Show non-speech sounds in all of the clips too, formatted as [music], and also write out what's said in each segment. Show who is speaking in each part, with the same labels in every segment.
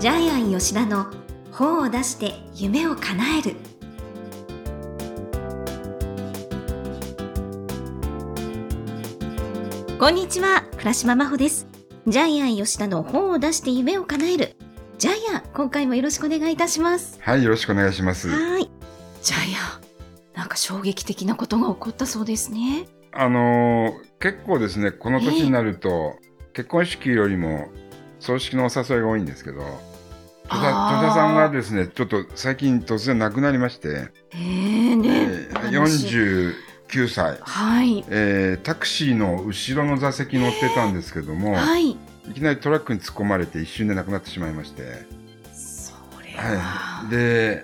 Speaker 1: ジャイアン吉田の本を出して夢を叶えるこんにちは倉島真帆ですジャイアン吉田の本を出して夢を叶えるジャイアン今回もよろしくお願いいたします
Speaker 2: はい、よろしくお願いします。
Speaker 1: はいジャイアンなんか衝撃的なことが起こったそうですね
Speaker 2: あのー結構ですね、この年になると、結婚式よりも葬式のお誘いが多いんですけど、戸田戸
Speaker 1: あー
Speaker 2: 田さんがですね、ちょっと最近突然亡くなりまして、
Speaker 1: えー、
Speaker 2: え
Speaker 1: ね、
Speaker 2: ー
Speaker 1: 40
Speaker 2: 49歳、
Speaker 1: はい
Speaker 2: えータクシーの後ろの座席に乗ってたんですけども、
Speaker 1: はい
Speaker 2: いきなりトラックに突っ込まれて一瞬で亡くなってしまいまして、
Speaker 1: それは、
Speaker 2: はい、で、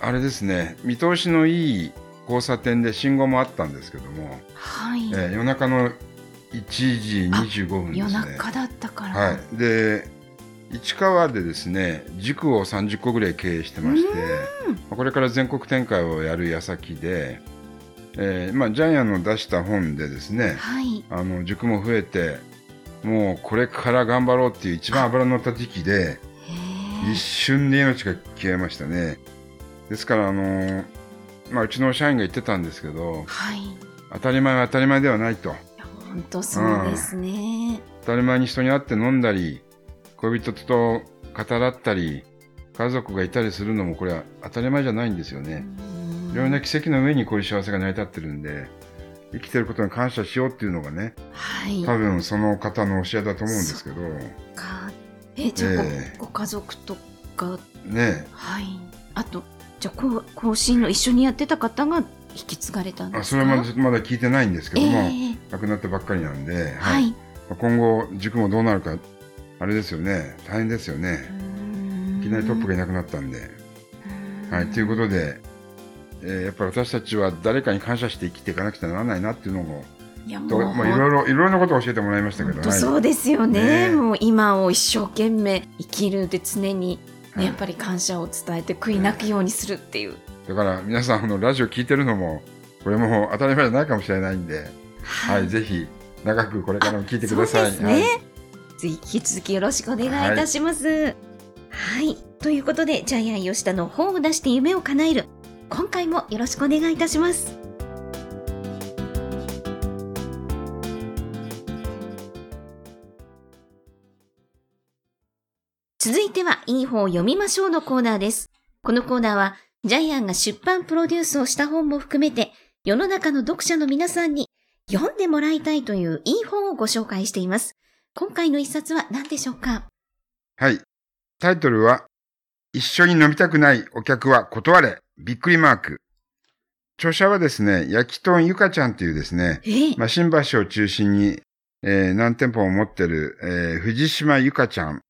Speaker 2: あれですね、見通しのいい交差点で信号もあったんですけども、
Speaker 1: はい、
Speaker 2: えー夜中の1時25分で
Speaker 1: 夜
Speaker 2: すね。
Speaker 1: 中だったから、
Speaker 2: はい、で市川でですね塾を30個ぐらい経営してましてまあこれから全国展開をやる矢先で、えーまあ、ジャイアンの出した本でですね
Speaker 1: はい
Speaker 2: あの塾も増えてもうこれから頑張ろうっていう一番脂のった時期で
Speaker 1: へー
Speaker 2: 一瞬で命が消えましたねですからあのーまあ、うちの社員が言ってたんですけど
Speaker 1: はいい
Speaker 2: 当たり前は当たり前ではないと。
Speaker 1: や本当そうですね、
Speaker 2: 当たり前に人に会って飲んだり恋人と語らったり家族がいたりするのもこれは当たり前じゃないんですよ
Speaker 1: う
Speaker 2: ね、
Speaker 1: ん
Speaker 2: いろんな奇跡の上にこういう幸せが成り立ってるんで生きてることに感謝しようっていうのがね
Speaker 1: はい
Speaker 2: 多分その方の教えだと思うんですけど
Speaker 1: かえじゃあ、
Speaker 2: ええ
Speaker 1: ごご家族とか
Speaker 2: ね
Speaker 1: はいあとじゃあこう後進の一緒にやってた方が引き継がれたん
Speaker 2: え
Speaker 1: ですか
Speaker 2: あそれはまだまだ聞いてないんですけ
Speaker 1: え
Speaker 2: ども、
Speaker 1: え
Speaker 2: 亡くなったばっかりなんで、
Speaker 1: はい、
Speaker 2: まあ今後塾もどうなるかあれですよね大変ですよねいきなりトップがいなくなったんで。はい、ということで、えーやっぱり私たちは誰かに感謝して生きていかなくちゃならないなっていうのを、
Speaker 1: いや
Speaker 2: と
Speaker 1: もう、
Speaker 2: まあ、いろいろいろんなことを教えてもらいましたけど、
Speaker 1: 本
Speaker 2: はい
Speaker 1: 当そうですよね
Speaker 2: ね
Speaker 1: もう今を一生懸命生きるで常に、ね
Speaker 2: はい
Speaker 1: やっぱり感謝を伝えて悔いなくようにするっていう、
Speaker 2: だから皆さんあのラジオ聞いてるのもこれも当たり前じゃないかもしれないんで、はいぜひ長くこれからも聞いてください。
Speaker 1: そうですね、
Speaker 2: はい
Speaker 1: ぜひ引き続きよろしくお願いいたしますはい、ということでジャイアン吉田の本を出して夢を叶える今回もよろしくお願いいたします続いては、いい方を読みましょうのコーナーです。このコーナーは、ジャイアンが出版プロデュースをした本も含めて、世の中の読者の皆さんに読んでもらいたいといういい本をご紹介しています。今回の一冊は何でしょうか
Speaker 2: はい。タイトルは、一緒に飲みたくないお客は断れびっくりマーク。著者はですね、焼きとんゆかちゃんというですね、
Speaker 1: ええ
Speaker 2: まあ、新橋を中心に、えー何店舗も持ってる、えー藤島ゆかちゃん。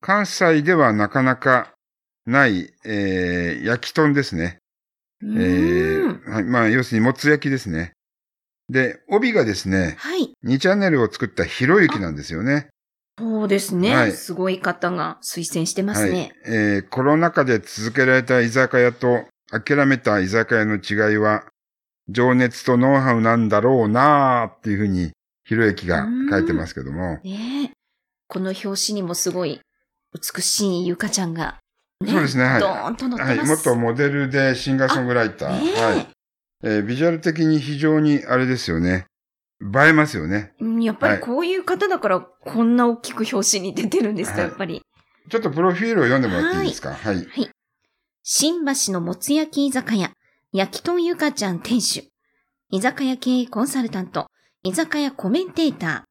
Speaker 2: 関西ではなかなかない、えー焼き豚ですね。
Speaker 1: う
Speaker 2: え
Speaker 1: ーん
Speaker 2: ーはいまあ、要するにもつ焼きですね。で、帯がですね、
Speaker 1: はい。
Speaker 2: 2チャンネルを作ったひろゆきなんですよね。
Speaker 1: そうですね、
Speaker 2: はい
Speaker 1: すごい方が推薦してます
Speaker 2: はい
Speaker 1: ね。
Speaker 2: えーコロナ禍で続けられた居酒屋と諦めた居酒屋の違いは、情熱とノウハウなんだろうなーっていうふうに、ひろゆきが書いてますけども。
Speaker 1: ねえこの表紙にもすごい美しいゆかちゃんが、ね、
Speaker 2: そうですねはい
Speaker 1: ドーンと乗って
Speaker 2: はい、
Speaker 1: ます。
Speaker 2: 元モデルでシンガーソングライター。
Speaker 1: ねえ
Speaker 2: はいえービジュアル的に非常にあれですよね。映えますよね。
Speaker 1: うんやっぱ
Speaker 2: は
Speaker 1: り
Speaker 2: い
Speaker 1: こういう方だからこんな大きく表紙に出てるんですか、
Speaker 2: はい
Speaker 1: やっぱり。
Speaker 2: ちょっとプロフィールを読んでもらっていいですか。はい。
Speaker 1: 新橋のもつ焼き居酒屋、焼きとんゆかちゃん店主、居酒屋経営コンサルタント、居酒屋コメンテータ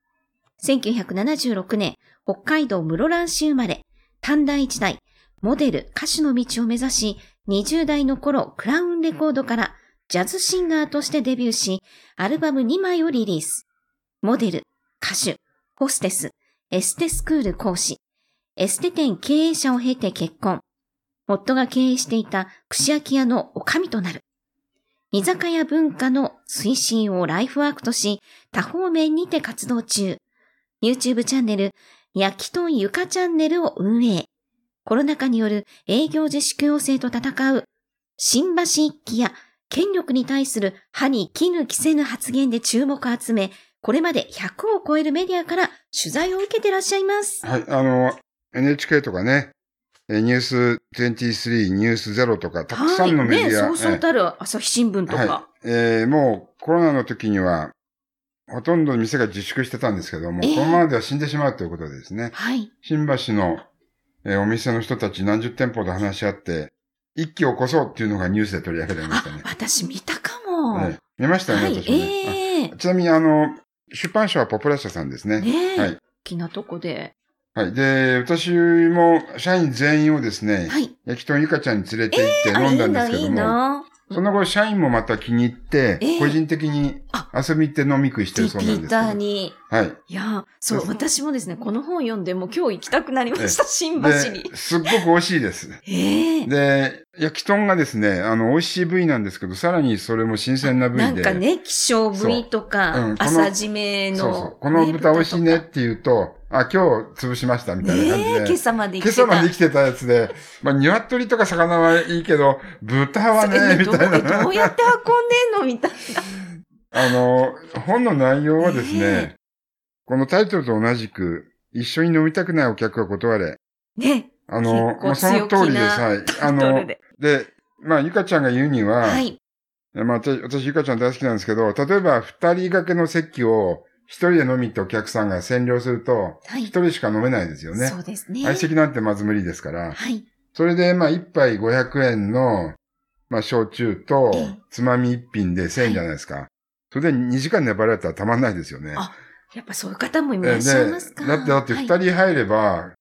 Speaker 1: ー、1976室蘭市北海道室蘭市生まれ、短大時代、モデル、歌手の道を目指し、20代の頃、クラウンレコードからジャズシンガーとしてデビューし、アルバム2枚をリリース。モデル、歌手、ホステス、エステスクール講師、エステ店経営者を経て結婚。夫が経営していた串焼き屋の女将となる。居酒屋文化の推進をライフワークとし、多方面にて活動中。YouTube チャンネル、焼きとんゆかチャンネルを運営。コロナ禍による営業自粛要請と戦う、新橋一揆や権力に対する歯に絹着せぬ発言で注目を集め、これまで100を超えるメディアから取材を受けてらっしゃいます。
Speaker 2: はい、あの、 NHK とかね、えーニュース23、ニュースゼロとか、たくさんのメディア、
Speaker 1: はい、ね、そうそうたる朝日新聞とか。
Speaker 2: えーえーもうコロナの時には、ほとんど店が自粛してたんですけども、
Speaker 1: えー
Speaker 2: このままでは死んでしまうということでですね、
Speaker 1: はい。
Speaker 2: 新橋の、えーお店の人たち何十店舗で話し合って、一気を起こそうっていうのがニュースで取り上げられま
Speaker 1: あ
Speaker 2: したね、。
Speaker 1: 私見たかも。
Speaker 2: はい見ましたよね、
Speaker 1: はい、
Speaker 2: 私もね、
Speaker 1: ええ
Speaker 2: あちなみに、あの、出版社はポプラ社さんですね。
Speaker 1: ねえ、
Speaker 2: は
Speaker 1: 大
Speaker 2: い。
Speaker 1: きなとこで。
Speaker 2: はい。で、私も社員全員をですね、
Speaker 1: はい。
Speaker 2: 焼きとんゆかちゃんに連れて行って
Speaker 1: あ、
Speaker 2: 飲
Speaker 1: い
Speaker 2: ん
Speaker 1: い
Speaker 2: だんで
Speaker 1: な、
Speaker 2: すけ
Speaker 1: い
Speaker 2: ど
Speaker 1: い
Speaker 2: も、
Speaker 1: な。
Speaker 2: その後社員もまた気に入って
Speaker 1: ええ、
Speaker 2: 個人的に
Speaker 1: あ
Speaker 2: 遊び行って飲み食い
Speaker 1: リピ
Speaker 2: してるそうなんで
Speaker 1: ー
Speaker 2: すけ
Speaker 1: タ
Speaker 2: ど。
Speaker 1: ーに。
Speaker 2: はい。
Speaker 1: いや、そう、
Speaker 2: そう
Speaker 1: 私もですね、この本読んで、もう今日行きたくなりました、
Speaker 2: [laughs]
Speaker 1: 新橋に。
Speaker 2: で、すっごく美味しいです。
Speaker 1: ええ
Speaker 2: で、焼きとんがですね、あの、美味しい部位なんですけど、さらにそれも新鮮な部
Speaker 1: な
Speaker 2: 位
Speaker 1: ん
Speaker 2: で。
Speaker 1: かね、希少部位と
Speaker 2: そうう
Speaker 1: か
Speaker 2: ん、この
Speaker 1: 朝締めの。
Speaker 2: そうそう。この豚美味しいね
Speaker 1: ね
Speaker 2: って言うと、あ、今日潰しましたみたいな感じ
Speaker 1: え
Speaker 2: で。
Speaker 1: 今朝まで
Speaker 2: 今朝まで生きてたやつで、まあ、鶏とか魚はいいけど、豚はね、
Speaker 1: え
Speaker 2: み
Speaker 1: ど
Speaker 2: たい
Speaker 1: こど
Speaker 2: な。
Speaker 1: うやって運んでんのみたい
Speaker 2: あの、本の内容はですね、
Speaker 1: え
Speaker 2: このタイトルと同じく、一緒に飲みたくないお客は断れ。
Speaker 1: な。ね。
Speaker 2: あの、
Speaker 1: 結構
Speaker 2: まあ、その通りです。はい。あ
Speaker 1: タイトル
Speaker 2: の、
Speaker 1: で。
Speaker 2: で、まあ、ゆかちゃんが言うには、
Speaker 1: はい。
Speaker 2: まあ、私私ゆかちゃん大好きなんですけど、例えば、二人掛けの席を一人で飲みってお客さんが占領すると、
Speaker 1: はい
Speaker 2: 一。人しか飲めないですよね
Speaker 1: そ。うですね。
Speaker 2: 相席なんてまず無理ですから。
Speaker 1: はい。
Speaker 2: それで、まあ、一杯500円の、まあ、焼酎と
Speaker 1: ええ、
Speaker 2: つまみ一品で1000円じゃないですか。それで2時間粘られたらたまんないですよね。
Speaker 1: あやっぱそういう方もい
Speaker 2: え
Speaker 1: ら
Speaker 2: え
Speaker 1: っ
Speaker 2: で
Speaker 1: しゃいますか。
Speaker 2: だって、だって2
Speaker 1: はい
Speaker 2: 人入れば、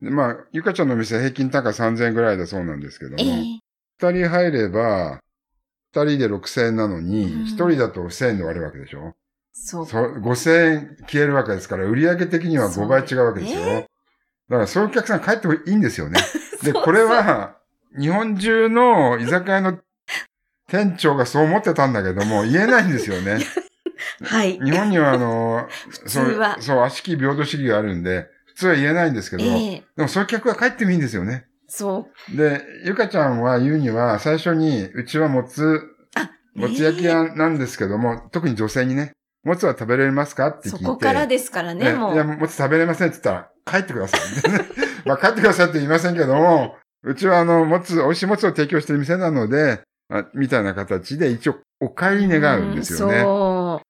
Speaker 2: まあ、ゆかちゃんの店平均単価3000円ぐらいだそうなんですけども、
Speaker 1: え
Speaker 2: 2
Speaker 1: え
Speaker 2: 人入れば、2人で6000円なのに、
Speaker 1: うん
Speaker 2: 1人だと1000円で終わるわけでしょ、
Speaker 1: そう。
Speaker 2: そ5000円消えるわけですから、売上的には5倍違うわけですよ。
Speaker 1: そうね
Speaker 2: だからそういうお客さん帰ってもいいんですよね。で、
Speaker 1: そう
Speaker 2: これは、日本中の居酒屋の店長がそう思ってたんだけども、言えないんですよね。
Speaker 1: [laughs] [laughs] はい。
Speaker 2: 日本には、あの、
Speaker 1: 通
Speaker 2: そう
Speaker 1: は、
Speaker 2: そう、悪しき平等主義があるんで、普通は言えないんですけど、
Speaker 1: ええ
Speaker 2: でもそういう客は帰ってもいいんですよね。
Speaker 1: そう。
Speaker 2: で、ゆかちゃんは言うには、最初に、うちはもつ、
Speaker 1: あ、
Speaker 2: もつ焼き
Speaker 1: ね
Speaker 2: 屋なんですけども、特に女性にね、もつは食べれますかっ
Speaker 1: え
Speaker 2: て聞い
Speaker 1: そ
Speaker 2: て。
Speaker 1: こからですからね、
Speaker 2: ね
Speaker 1: も
Speaker 2: いや、
Speaker 1: う。
Speaker 2: もう食べれませんって言ったら、帰ってください。 [laughs] まあ、帰ってくださいって言いませんけども、うちはあの、もつ、美味しいもつを提供してる店なので、あみたいな形で一応、お帰り願うんですよ
Speaker 1: う
Speaker 2: ね。
Speaker 1: そ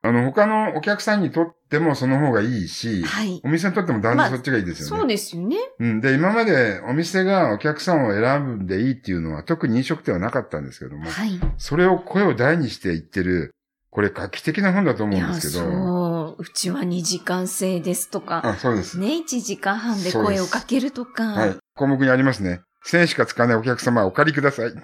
Speaker 2: あの、他のお客さんにとってもその方がいいし
Speaker 1: う。、はい。
Speaker 2: お店にとっても断
Speaker 1: まあ
Speaker 2: 然そっちがいいですよ
Speaker 1: そう
Speaker 2: ね。
Speaker 1: ですよね。
Speaker 2: うん。で、今までお店がお客さんを選んでいいっていうのは特に飲食店はなかったんですけども、
Speaker 1: はい。
Speaker 2: それを声を大にして言ってる、これ画期的な本だと
Speaker 1: い
Speaker 2: 思うん
Speaker 1: や、
Speaker 2: ですけど。
Speaker 1: そう。うちは2時間制ですとか、
Speaker 2: あ、そうです。
Speaker 1: ね、1時間半で
Speaker 2: そうで
Speaker 1: 声
Speaker 2: す
Speaker 1: をかけるとか。
Speaker 2: はい。項目にありますね。1000円しか使わないお客様はお借りください。 [laughs]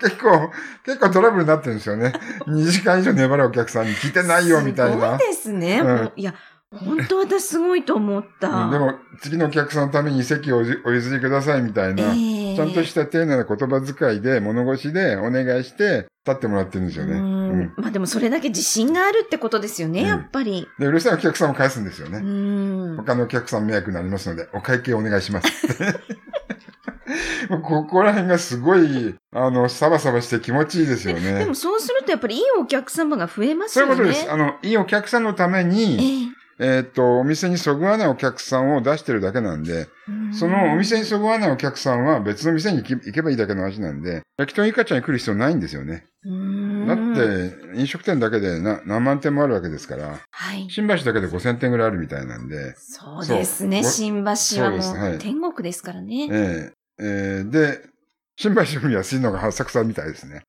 Speaker 2: 結構、結構トラブルになってるんですよね。2時間以上粘るお客さんに聞いてないよ、みたいな。
Speaker 1: すごいですね。
Speaker 2: うん
Speaker 1: もういや、本当私すごいと思った。
Speaker 2: うんでも、次のお客さんのために席をおじお譲りください、みたいな。
Speaker 1: ええ
Speaker 2: ちゃんとした丁寧な言葉遣いで、物腰でお願いして、立ってもらってるんですよね。
Speaker 1: うん
Speaker 2: うん
Speaker 1: まあでもそれだけ自信があるってことですよね、
Speaker 2: うん
Speaker 1: やっぱり。
Speaker 2: で、うるさいお客さんも返すんですよね。
Speaker 1: うん。
Speaker 2: 他のお客さん迷惑になりますので、お会計お願いします。 [laughs] もうここら辺がすごい、あの、サバサバして気持ちいいですよ
Speaker 1: で
Speaker 2: ね
Speaker 1: も。そうするとやっぱりいいお客様が増えます
Speaker 2: そうい
Speaker 1: よ
Speaker 2: う
Speaker 1: ね。
Speaker 2: ことです。あの、いいお客さんのために、
Speaker 1: ええ
Speaker 2: えーっと、お店にそぐわないお客さんを出してるだけなんで、
Speaker 1: うん
Speaker 2: そのお店にそぐわないお客さんは別の店に行け行けばいいだけの話なんで、焼き鳥イカちゃんに来る必要ないんですよね。
Speaker 1: うん
Speaker 2: だって、飲食店だけでな何万店もあるわけですから、
Speaker 1: はい。
Speaker 2: 新橋だけで5000店ぐらいあるみたいなんで、
Speaker 1: そうですね、
Speaker 2: そう
Speaker 1: 新橋はも
Speaker 2: そうですは
Speaker 1: う
Speaker 2: い
Speaker 1: 天国ですからね。
Speaker 2: ええええで、新橋より安いのが浅草みたいですね。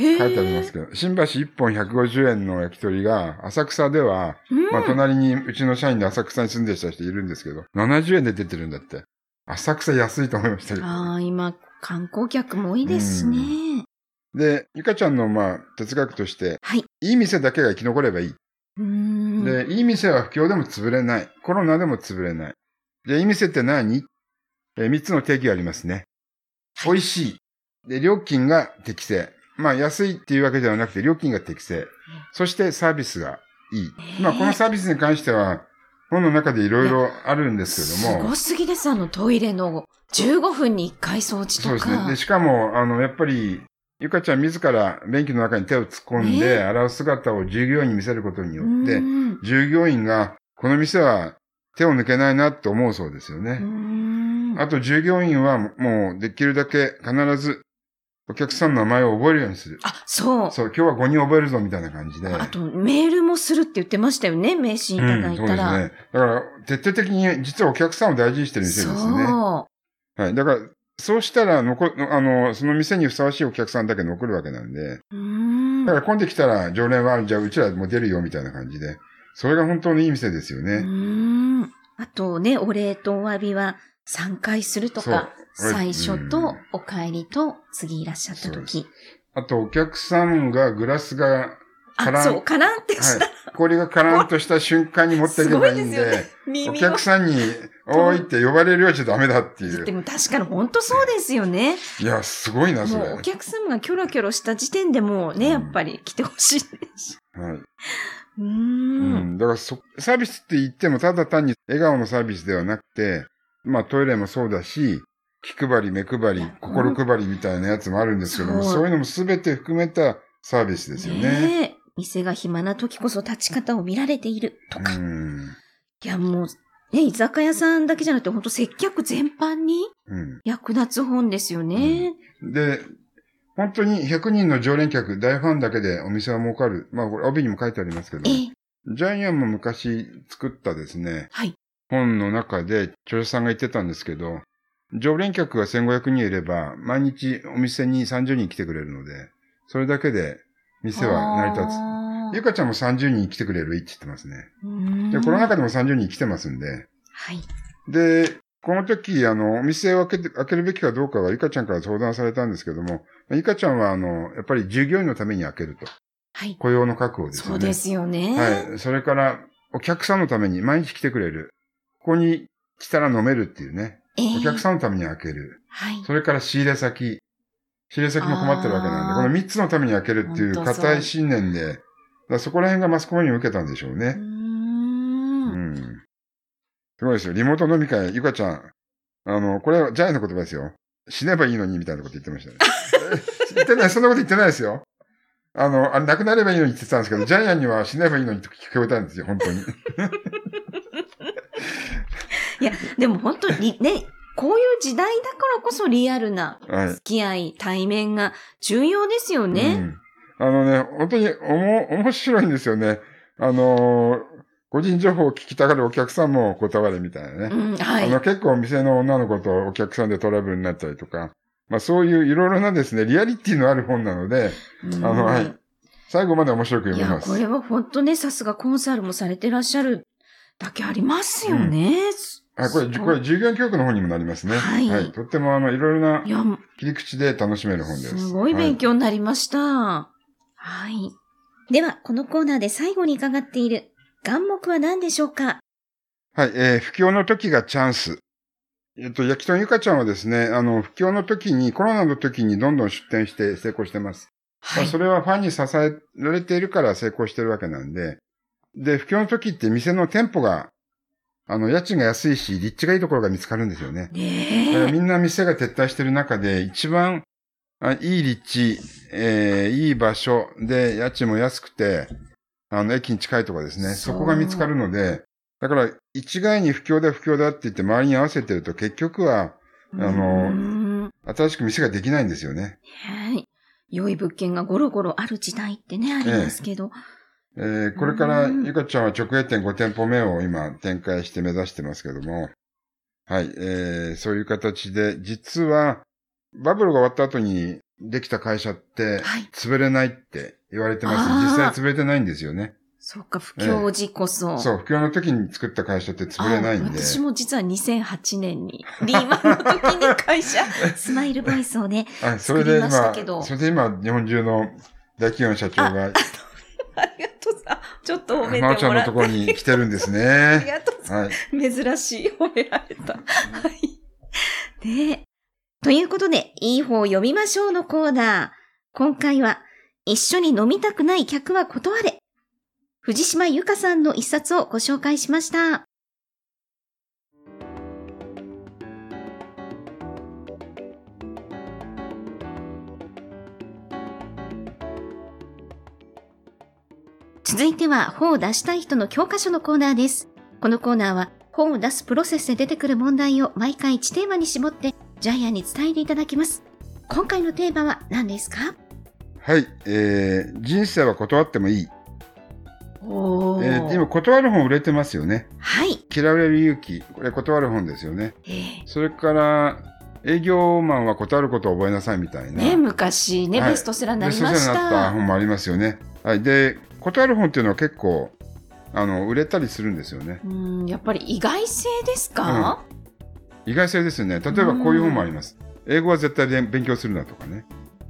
Speaker 1: 書
Speaker 2: 書いてありますけど、新橋1本150円の焼き鳥が、浅草では、
Speaker 1: うん
Speaker 2: まあ、隣にうちの社員で浅草に住んでた人いるんですけど、70円で出てるんだって。浅草安いと思いましたけど。
Speaker 1: ああ、今、観光客も多いですしね。
Speaker 2: で、ゆかちゃんのまあ哲学として、
Speaker 1: はい。
Speaker 2: いい店だけが生き残ればいい。
Speaker 1: うん。
Speaker 2: で、いい店は不況でも潰れない。コロナでも潰れない。で、いい店って何えー、三つの定義がありますね。美味しい。で、料金が適正。まあ、安いっていうわけではなくて、料金が適正。そして、サービスがいい。まあ、このサービスに関しては、本の中でいろいろあるんです
Speaker 1: す
Speaker 2: けども
Speaker 1: ご。すぎです、あのトイレの15分に1回掃除
Speaker 2: そう
Speaker 1: と
Speaker 2: ですね。
Speaker 1: か。
Speaker 2: で、しかも、あの、やっぱり、ゆかちゃん自ら便器の中に手を突っ込ん
Speaker 1: ねえ
Speaker 2: で、洗う姿を従業員に見せることによ
Speaker 1: うん
Speaker 2: って、従業員が、この店は手を抜けないなと思うそうですよね。
Speaker 1: うん。
Speaker 2: あと従業員はもうできるだけ必ずお客さんの名前を覚えるようにする。
Speaker 1: あ、そう。
Speaker 2: そう、今日は5人覚えるぞみたいな感じで。
Speaker 1: あと、メールもするって言ってましたよね、名刺いただいたら。
Speaker 2: うん、そうですね。だから、徹底的に実はお客さんを大事にしてる店ですね。
Speaker 1: そう。
Speaker 2: はい。だから、そうしたら残、あの、その店にふさわしいお客さんだけ残るわけなんで、
Speaker 1: うーん
Speaker 2: だから混んできたら常連は、じゃあうちらも出るよみたいな感じで、それが本当にいい店ですよ
Speaker 1: う
Speaker 2: ね。
Speaker 1: ーんあとね、お礼とお詫びは3回するとか、
Speaker 2: そう
Speaker 1: 最初
Speaker 2: う
Speaker 1: と
Speaker 2: ん
Speaker 1: お帰りと次いらっしゃった時。
Speaker 2: あと、お客さんがグラスが、カ
Speaker 1: あ、
Speaker 2: ラン
Speaker 1: そう、カランってした。 [laughs]
Speaker 2: はい。氷がカランとした瞬間に持ってい
Speaker 1: す
Speaker 2: け
Speaker 1: ご
Speaker 2: ば
Speaker 1: い
Speaker 2: いい
Speaker 1: で
Speaker 2: ん
Speaker 1: す
Speaker 2: で、
Speaker 1: よね。
Speaker 2: お
Speaker 1: 耳を。
Speaker 2: 客さんに、おいって呼ばれるようじゃダメだってい
Speaker 1: で
Speaker 2: う。
Speaker 1: も確かに本当そうですよね。
Speaker 2: いや、すごいな、そ
Speaker 1: も
Speaker 2: れ。
Speaker 1: う
Speaker 2: は
Speaker 1: お
Speaker 2: い。
Speaker 1: 客様がキョロキョロした時点でもうね、
Speaker 2: うん
Speaker 1: やっぱり来てほしいです。うー。
Speaker 2: うんん、だからそ、サービスって言っても、ただ単に笑顔のサービスではなくて、まあトイレもそうだし、気配り、目配
Speaker 1: い
Speaker 2: り
Speaker 1: や、
Speaker 2: 心配りみたいなやつもあるんですけども、
Speaker 1: そう
Speaker 2: そういうのも全て含めたサービスですよね。
Speaker 1: ねえ店が暇な時こそ立ち方を見られているとか。
Speaker 2: うん。
Speaker 1: いや、もう、ね、居酒屋さんだけじゃなくて、本当接客全般に
Speaker 2: う
Speaker 1: 役立つ本ですよね。
Speaker 2: ん。で、本当に100人の常連客、大ファンだけでお店は儲かる。まあこれ、帯にも書いてありますけど、
Speaker 1: え
Speaker 2: ジ
Speaker 1: え、
Speaker 2: ャイアンも昔作ったですね、
Speaker 1: はい。
Speaker 2: 本の中で著者さんが言ってたんですけど、常連客が1500人いれば、毎日お店に30人来てくれるので、それだけで店は成り立つ。
Speaker 1: あー
Speaker 2: ゆかちゃんも30人来てくれるって言ってますね。
Speaker 1: うーん
Speaker 2: で、コロナ禍でも30人来てますんで。
Speaker 1: はい。
Speaker 2: で、この時、あの、お店を開けて開けるべきかどうかは、ゆかちゃんから相談されたんですけども、ゆかちゃんは、あの、やっぱり従業員のために開けると。
Speaker 1: はい。
Speaker 2: 雇用の確保です
Speaker 1: そ
Speaker 2: よ
Speaker 1: う
Speaker 2: ね。
Speaker 1: ですよね。
Speaker 2: はい。それから、お客さんのために毎日来てくれる。ここに来たら飲めるっていうね。
Speaker 1: ええ
Speaker 2: お客さんのために開ける。
Speaker 1: はい。
Speaker 2: それから仕入れ先。仕入れ先も困ってるわけなん
Speaker 1: あー
Speaker 2: で、この三つのために開けるっていう
Speaker 1: ほんとそう
Speaker 2: 固い信念で、だからそこら辺がマスコミに受けたんでしょう
Speaker 1: うー。
Speaker 2: ね。うんん。すごいですよ。リモート飲み会、ゆかちゃん。あの、これはジャイの言葉ですよ。死ねばいいのにみたいなこと言って
Speaker 1: [laughs]
Speaker 2: ましたね。え言ってない、そんなこと言ってないですよ。あの、あれ、亡くなればいいのにって言ってたんですけど、ジャイアンには死ねばいいのにって聞こえたんですよ、本当に。
Speaker 1: いや、でも本当にね、こういう時代だからこそリアルな
Speaker 2: はい
Speaker 1: 付。き合い、対面が重要ですよね。
Speaker 2: うん。あのね、本当におも、面白いんですよね。あのー個人情報を聞きたがるお客さんも断れみたいな
Speaker 1: う
Speaker 2: ね。
Speaker 1: ん、は
Speaker 2: あの、
Speaker 1: い。
Speaker 2: 結構お店の女の子とお客さんでトラブルになったりとか、まあそういういろいろなですね、リアリティのある本なので、
Speaker 1: うん
Speaker 2: あのはい最後まで面白く
Speaker 1: い
Speaker 2: 読め
Speaker 1: や、
Speaker 2: ます。
Speaker 1: これは本当ね、さすがコンサルもされてらっしゃるだけありますよね。
Speaker 2: あこれ、
Speaker 1: す
Speaker 2: これ、従業員教育の方にもなりますね。
Speaker 1: はい
Speaker 2: とっても、あの、いろいろない
Speaker 1: や、
Speaker 2: 切り口で楽しめる本です。
Speaker 1: すごい勉強になりました。はい。では、このコーナーで最後に伺っている、眼目は何でしょうか
Speaker 2: はい、えー不況の時がチャンス。えっと、焼き鳥ゆかちゃんはですね、あの、不況の時に、コロナの時にどんどん出店して成功してます。
Speaker 1: は
Speaker 2: まあそれはファンに支えられているから成功してるわけなんで、で、不況の時って店の店舗が、あの、家賃が安いし、立地がいいところが見つかるんですよね。だから
Speaker 1: ね
Speaker 2: みんな店が撤退してる中で、一番あいい立地、えーいい場所で、家賃も安くて、あの、駅に近いとかですね、
Speaker 1: そう
Speaker 2: そこが見つかるので、だから、一概に不況だ不況だって言って周りに合わせてると、結局は、
Speaker 1: え。う
Speaker 2: あの
Speaker 1: ーん
Speaker 2: 新しく店ができないんですよね。
Speaker 1: はい。良い物件がゴロゴロある時代ってね、ありますけど。
Speaker 2: えーこれから、
Speaker 1: うん
Speaker 2: ゆかちゃんは直営店5店舗目を今展開して目指してますけども、はい、えーそういう形で、実は、バブルが終わった後にできた会社って、
Speaker 1: はい。
Speaker 2: 潰れないって言われてます。
Speaker 1: あー
Speaker 2: 実際潰れてないんですよね。
Speaker 1: そうか、不況時こそ。
Speaker 2: そう、不況の時に作った会社って潰れないん
Speaker 1: あ
Speaker 2: で。
Speaker 1: 私も実は2008年に、リーマンの時に会
Speaker 2: [laughs]
Speaker 1: 社、スマイルボイスをね、
Speaker 2: あそれ
Speaker 1: 作り
Speaker 2: で
Speaker 1: ました
Speaker 2: 今
Speaker 1: けど、
Speaker 2: それで今、日本中の大企業の社長が、
Speaker 1: ありがとうさ、ちょっと褒め
Speaker 2: まお
Speaker 1: て
Speaker 2: ちゃ
Speaker 1: も
Speaker 2: ん
Speaker 1: ら
Speaker 2: の
Speaker 1: っ
Speaker 2: と
Speaker 1: て。
Speaker 2: ころに来てるんです
Speaker 1: あり [laughs]
Speaker 2: ね。
Speaker 1: がとうさ、
Speaker 2: はい。
Speaker 1: 珍しい褒められた。はい。ねということで、いい方を読みましょうのコーナー。今回は、一緒に飲みたくない客は断れ。藤島由香さんの一冊をご紹介しました。続いては、本を出したい人の教科書のコーナーです。このコーナーは、本を出すプロセスで出てくる問題を毎回1テーマに絞ってジャイアンに伝えていただきます。今回のテーマは何ですか
Speaker 2: はい、えー人生は断ってもいい。
Speaker 1: お
Speaker 2: えー今、断る本売れてますよね。
Speaker 1: はい。
Speaker 2: 嫌われる勇気。これ断る本ですよね。
Speaker 1: えー
Speaker 2: それから、営業マンは断ることを覚えなさいみたいな。
Speaker 1: ね、昔ね、
Speaker 2: はい
Speaker 1: ベストセラーにな
Speaker 2: ベ
Speaker 1: り
Speaker 2: ストセ
Speaker 1: ま
Speaker 2: ラー
Speaker 1: し
Speaker 2: になった
Speaker 1: た。
Speaker 2: 本もありますよね。はい、で、断る本っていうのは結構、あの、売れたりするんですよね。
Speaker 1: うん、やっぱり意外性ですか、
Speaker 2: 意外性ですよね。例えばこういう本もあります。英語は絶対で勉強するなとかね。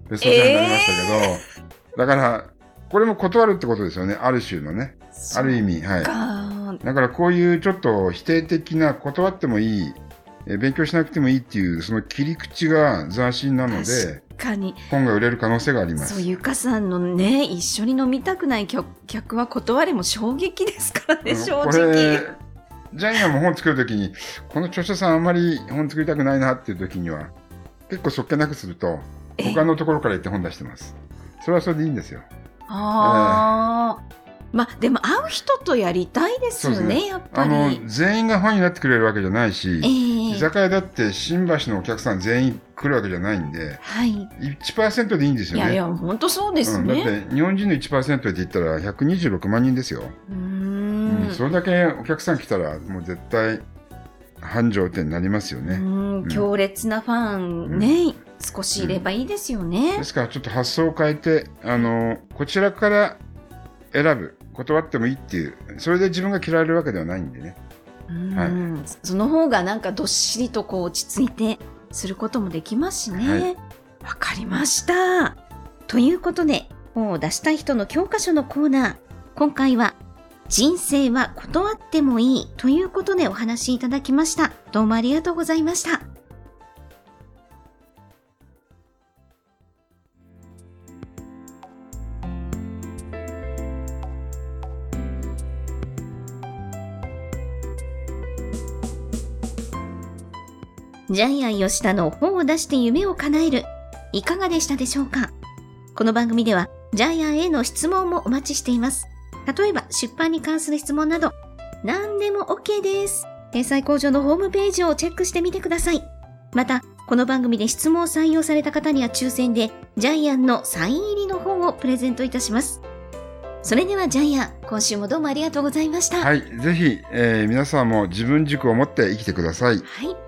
Speaker 2: ベストセラーになりましたけど、だから、これも断るってことですよね。ある種のね。ある意味、はい。
Speaker 1: か。
Speaker 2: だからこういうちょっと否定的な断ってもいい、えー勉強しなくてもいいっていうその切り口が斬新なので、
Speaker 1: 確かに、
Speaker 2: 本が売れる可能性がありま
Speaker 1: そう、
Speaker 2: す。
Speaker 1: ゆかさんのね、一緒に飲みたくない客客は断れも衝撃ですからね、正
Speaker 2: こ
Speaker 1: 直。
Speaker 2: れ、ジャイアンも本作るときに、この著者さんあんまり本作りたくないなっていうときには、結構そっけなくすると、
Speaker 1: え
Speaker 2: 他のところから言って本出してます。それはそれでいいんですよ。
Speaker 1: ああ。まあ、でも会う人とやりたいですよ
Speaker 2: そうです
Speaker 1: ね、やっぱ
Speaker 2: あの
Speaker 1: り。、
Speaker 2: 全員がファンになってくれるわけじゃない
Speaker 1: え
Speaker 2: し、
Speaker 1: え
Speaker 2: 居酒屋だって新橋のお客さん全員来るわけじゃないんで、
Speaker 1: はい。い
Speaker 2: 1%でいいんですよね。
Speaker 1: やいや、本当そうです
Speaker 2: うん、だ
Speaker 1: ね。
Speaker 2: って日本人の1%って言ったら126万人ですよ、
Speaker 1: うー。
Speaker 2: うんそれだけお客さん来たらもう絶対繁盛店になりますよ
Speaker 1: う
Speaker 2: ね、
Speaker 1: ん
Speaker 2: うん
Speaker 1: 強烈なファンね、少しいればいいですよね
Speaker 2: で。すからちょっと発想を変えてあのこちらから選ぶ断ってもいいっていうそれで自分が嫌われるわけではないんでね
Speaker 1: うんその方がなんかどっしりとこう落ち着いてすることもできますしね。わ、
Speaker 2: はい
Speaker 1: かりました。ということで、本を出したい人の教科書のコーナー。今回は、人生は断ってもいいということでお話しいただきました。どうもありがとうございました。ジャイアン吉田の本を出して夢を叶える、いかがでしたでしょうかこの番組では、ジャイアンへの質問もお待ちしています。例えば、出版に関する質問など、何でも OK です。天才工場のホームページをチェックしてみてください。また、この番組で質問を採用された方には抽選で、ジャイアンのサイン入りの本をプレゼントいたします。それではジャイアン、今週もどうもありがとうございました。
Speaker 2: はいぜひ、えー皆さんも自分軸を持って生きてください
Speaker 1: はい